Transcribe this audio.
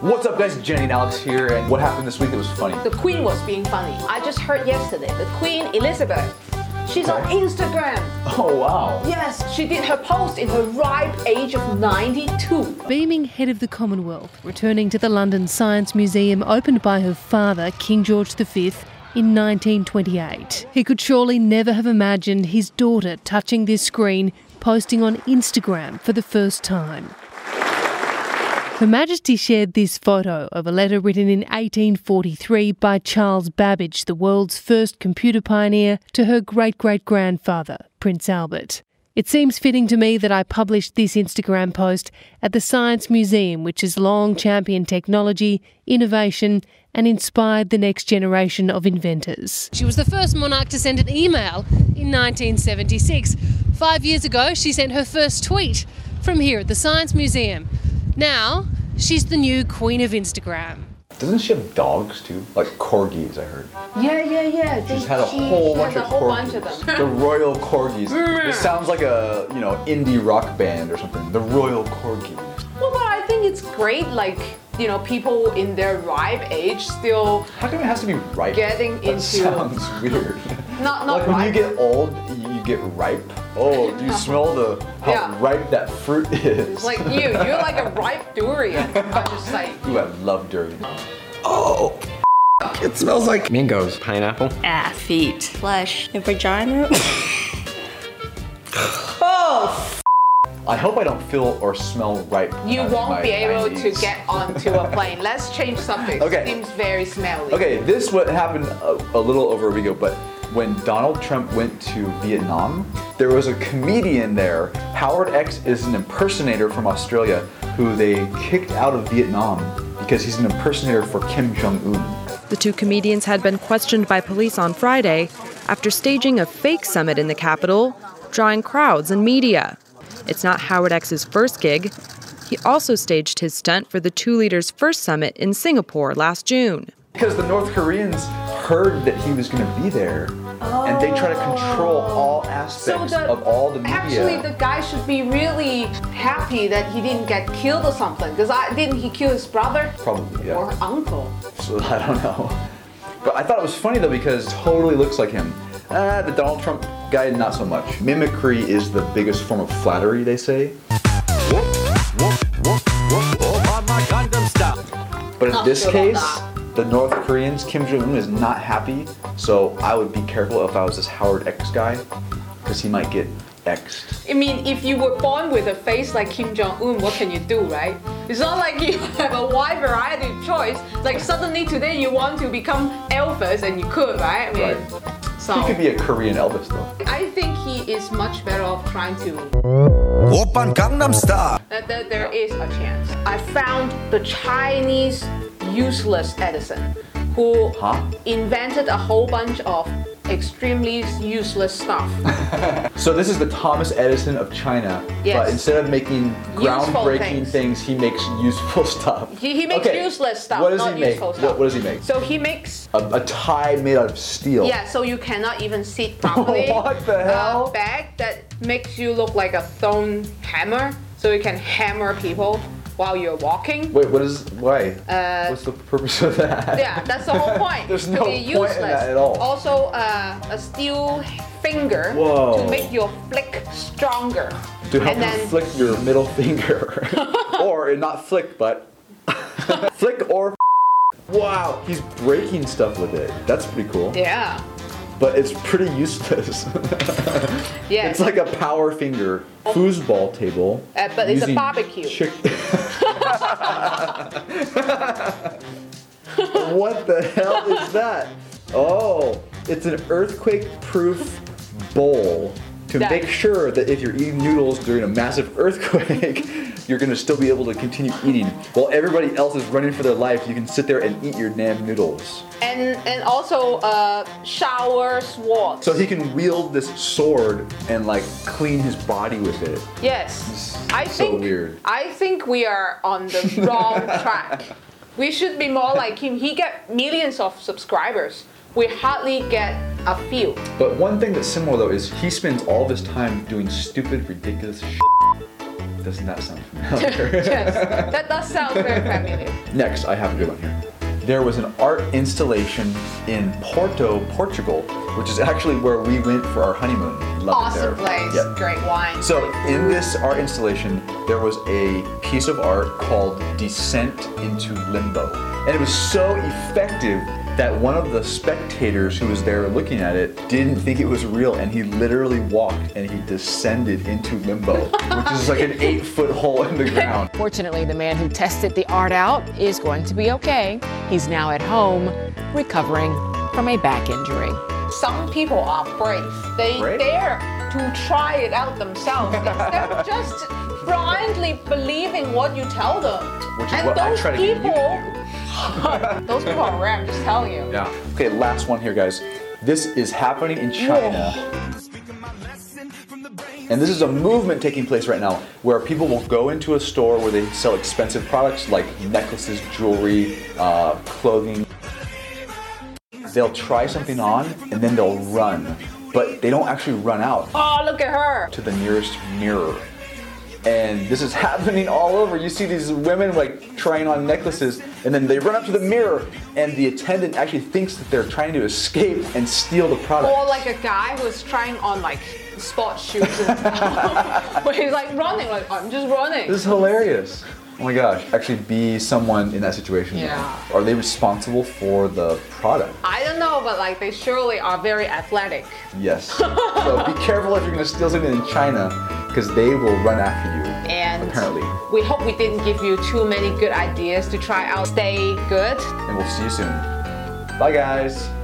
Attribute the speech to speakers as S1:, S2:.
S1: What's up, guys? Jenny and Alex here, and what happened this week that was funny?
S2: The Queen was being funny. I just heard yesterday, the Queen Elizabeth. She's on
S1: Okay.
S2: Instagram.
S1: Oh, wow.
S2: Yes, she did her post in her ripe age of 92.
S3: Beaming head of the Commonwealth, returning to the London Science Museum opened by her father, King George V, in 1928. He could surely never have imagined his daughter touching this screen, posting on Instagram for the first time. Her Majesty shared this photo of a letter written in 1843 by Charles Babbage, the world's first computer pioneer, to her great great grandfather, Prince Albert. It seems fitting to me that I published this Instagram post at the Science Museum, which has long championed technology, innovation, and inspired the next generation of inventors. She was the first monarch to send an email in 1976. Five years ago, she sent her first tweet from here at the Science Museum. Now, she's the new queen of Instagram.
S1: Doesn't she have dogs too? Like corgis, I heard.
S2: Yeah, yeah, yeah. They-
S1: She's had a
S2: she-
S1: whole
S2: she
S1: bunch of
S2: has a whole
S1: corgis.
S2: bunch of them. Mm.
S1: the Royal Corgis. it sounds like a you know indie rock band or something. The Royal Corgis.
S2: Well, but I think it's great, like, you know, people in their ripe age still
S1: How come it has to be ripe?
S2: Getting
S1: that
S2: into-
S1: sounds weird.
S2: Not- not
S1: like when you
S2: ripe.
S1: get old, you get ripe. Oh, do you smell the how
S2: Yeah.
S1: ripe that fruit is?
S2: it's like you. You're like a ripe durian. I'm just like,
S1: Ooh, I love durian. Oh, it smells like
S4: Mangoes. Pineapple.
S5: Ah, feet. Flesh. And vagina?
S1: I hope I don't feel or smell ripe.
S2: you
S1: in my
S2: won't be able to
S1: 90s.
S2: get onto a plane. Let's change something.
S1: Okay.
S2: Seems very smelly.
S1: Okay, this what happened a, a little over a week ago, but when Donald Trump went to Vietnam, there was a comedian there. Howard X is an impersonator from Australia who they kicked out of Vietnam because he's an impersonator for Kim Jong Un.
S6: The two comedians had been questioned by police on Friday after staging a fake summit in the Capitol, drawing crowds and media. It's not Howard X's first gig. He also staged his stunt for the two leaders' first summit in Singapore last June.
S1: Because the North Koreans heard that he was going to be there, and they try to control all aspects of all the media.
S2: Oh. Actually, the guy should be really happy that he didn't get killed or something. Because I didn't he kill his brother?
S1: Probably, yeah.
S2: Or uncle.
S1: So I don't know. But I thought it was funny though because it totally looks like him. Ah, the Donald Trump guy, not so much. Mimicry is the biggest form of flattery, they say. But in
S2: Not
S1: this
S2: sure about
S1: case,
S2: that.
S1: the North Koreans, Kim Jong Un is not happy, so I would be careful if I was this Howard X guy, because he might get X'd.
S2: I mean, if you were born with a face like Kim Jong Un, what can you do, right? It's not like you have a wide variety of choice. Like suddenly today you want to become Elvis, and you could, right? I mean, so
S1: He could be a Korean Elvis though.
S2: I think he is much better off trying to that, that there is a chance. I found the Chinese useless Edison, who
S1: Huh?
S2: invented a whole bunch of extremely useless stuff.
S1: So this is the Thomas Edison of China, but
S2: Yes.
S1: instead of making groundbreaking
S2: things.
S1: things. he makes useful stuff.
S2: He- he makes
S1: Okay,
S2: useless stuff,
S1: What does
S2: not
S1: he make?
S2: useful
S1: What-
S2: stuff.
S1: What, does he make?
S2: so he makes
S1: a, a tie made out of steel.
S2: yeah, so you cannot even sit properly.
S1: What the hell?
S2: A bag that makes you look like a thrown hammer, so you can hammer people while you're walking.
S1: Wait, what is why? What's the purpose of that?
S2: Uh, Yeah, that's the whole point.
S1: There's
S2: to
S1: no point
S2: be
S1: in
S2: useless.
S1: that at all.
S2: Also, uh, a steel finger
S1: Whoa.
S2: to make your flick stronger.
S1: To help
S2: and then
S1: you flick your middle finger, or not flick, but flick or. Wow, he's breaking stuff with it. That's pretty cool.
S2: yeah,
S1: But it's pretty useless.
S2: yeah.
S1: It's like a power finger foosball table.
S2: Uh, but it's a
S1: using
S2: barbecue.
S1: chick- what the hell is that? Oh, it's an earthquake-proof bowl to
S2: That-
S1: make sure that if you're eating noodles during a massive earthquake, you're gonna still be able to continue eating. While everybody else is running for their life, you can sit there and eat your damn noodles.
S2: and and also uh, shower sword.
S1: So he can wield this sword and like clean his body with it.
S2: yes, I
S1: so
S2: think
S1: weird.
S2: I think we are on the wrong track. We should be more like him. He get millions of subscribers. We hardly get a few.
S1: But one thing that's similar though is he spends all of his time doing stupid, ridiculous shit. Doesn't that sound familiar?
S2: yes, that does sound very familiar.
S1: Next, I have a good one here. There was an art installation in Porto, Portugal, which is actually where we went for our honeymoon. Love it there.
S2: Awesome place,
S1: Yep.
S2: great wine.
S1: So, in this art installation, there was a piece of art called Descent into Limbo. And it was so effective that one of the spectators who was there looking at it didn't think it was real and he literally walked and he descended into limbo, which is like an eight foot hole in the ground.
S4: Fortunately, the man who tested the art out is going to be okay. He's now at home recovering from a back injury.
S2: some people are brave. They
S1: Brave?
S2: dare to try it out themselves instead of just blindly believing what you tell them.
S1: Which is
S2: and
S1: what I
S2: those
S1: try to get you to
S2: people, those people are rare. I'm just telling you.
S1: Yeah. Okay, last one here, guys. This is happening in China. And this is a movement taking place right now where people will go into a store where they sell expensive products like necklaces, jewelry, uh, clothing. They'll try something on and then they'll run, but they don't actually run out
S2: Oh, look at her.
S1: to the nearest mirror. And this is happening all over. You see these women like trying on necklaces, and then they run up to the mirror, and the attendant actually thinks that they're trying to escape and steal the product.
S2: Or like a guy who's trying on like sports shoes and stuff. but he's like running, like I'm just running.
S1: This is hilarious. Oh my gosh. Actually, be someone in that situation.
S2: Yeah.
S1: Are they responsible for the product?
S2: I don't know, but like they surely are very athletic.
S1: Yes. so be careful if you're gonna steal something in China, because they will run after you.
S2: And
S1: apparently.
S2: we hope we didn't give you too many good ideas to try out. Stay good.
S1: And we'll see you soon. Bye, guys.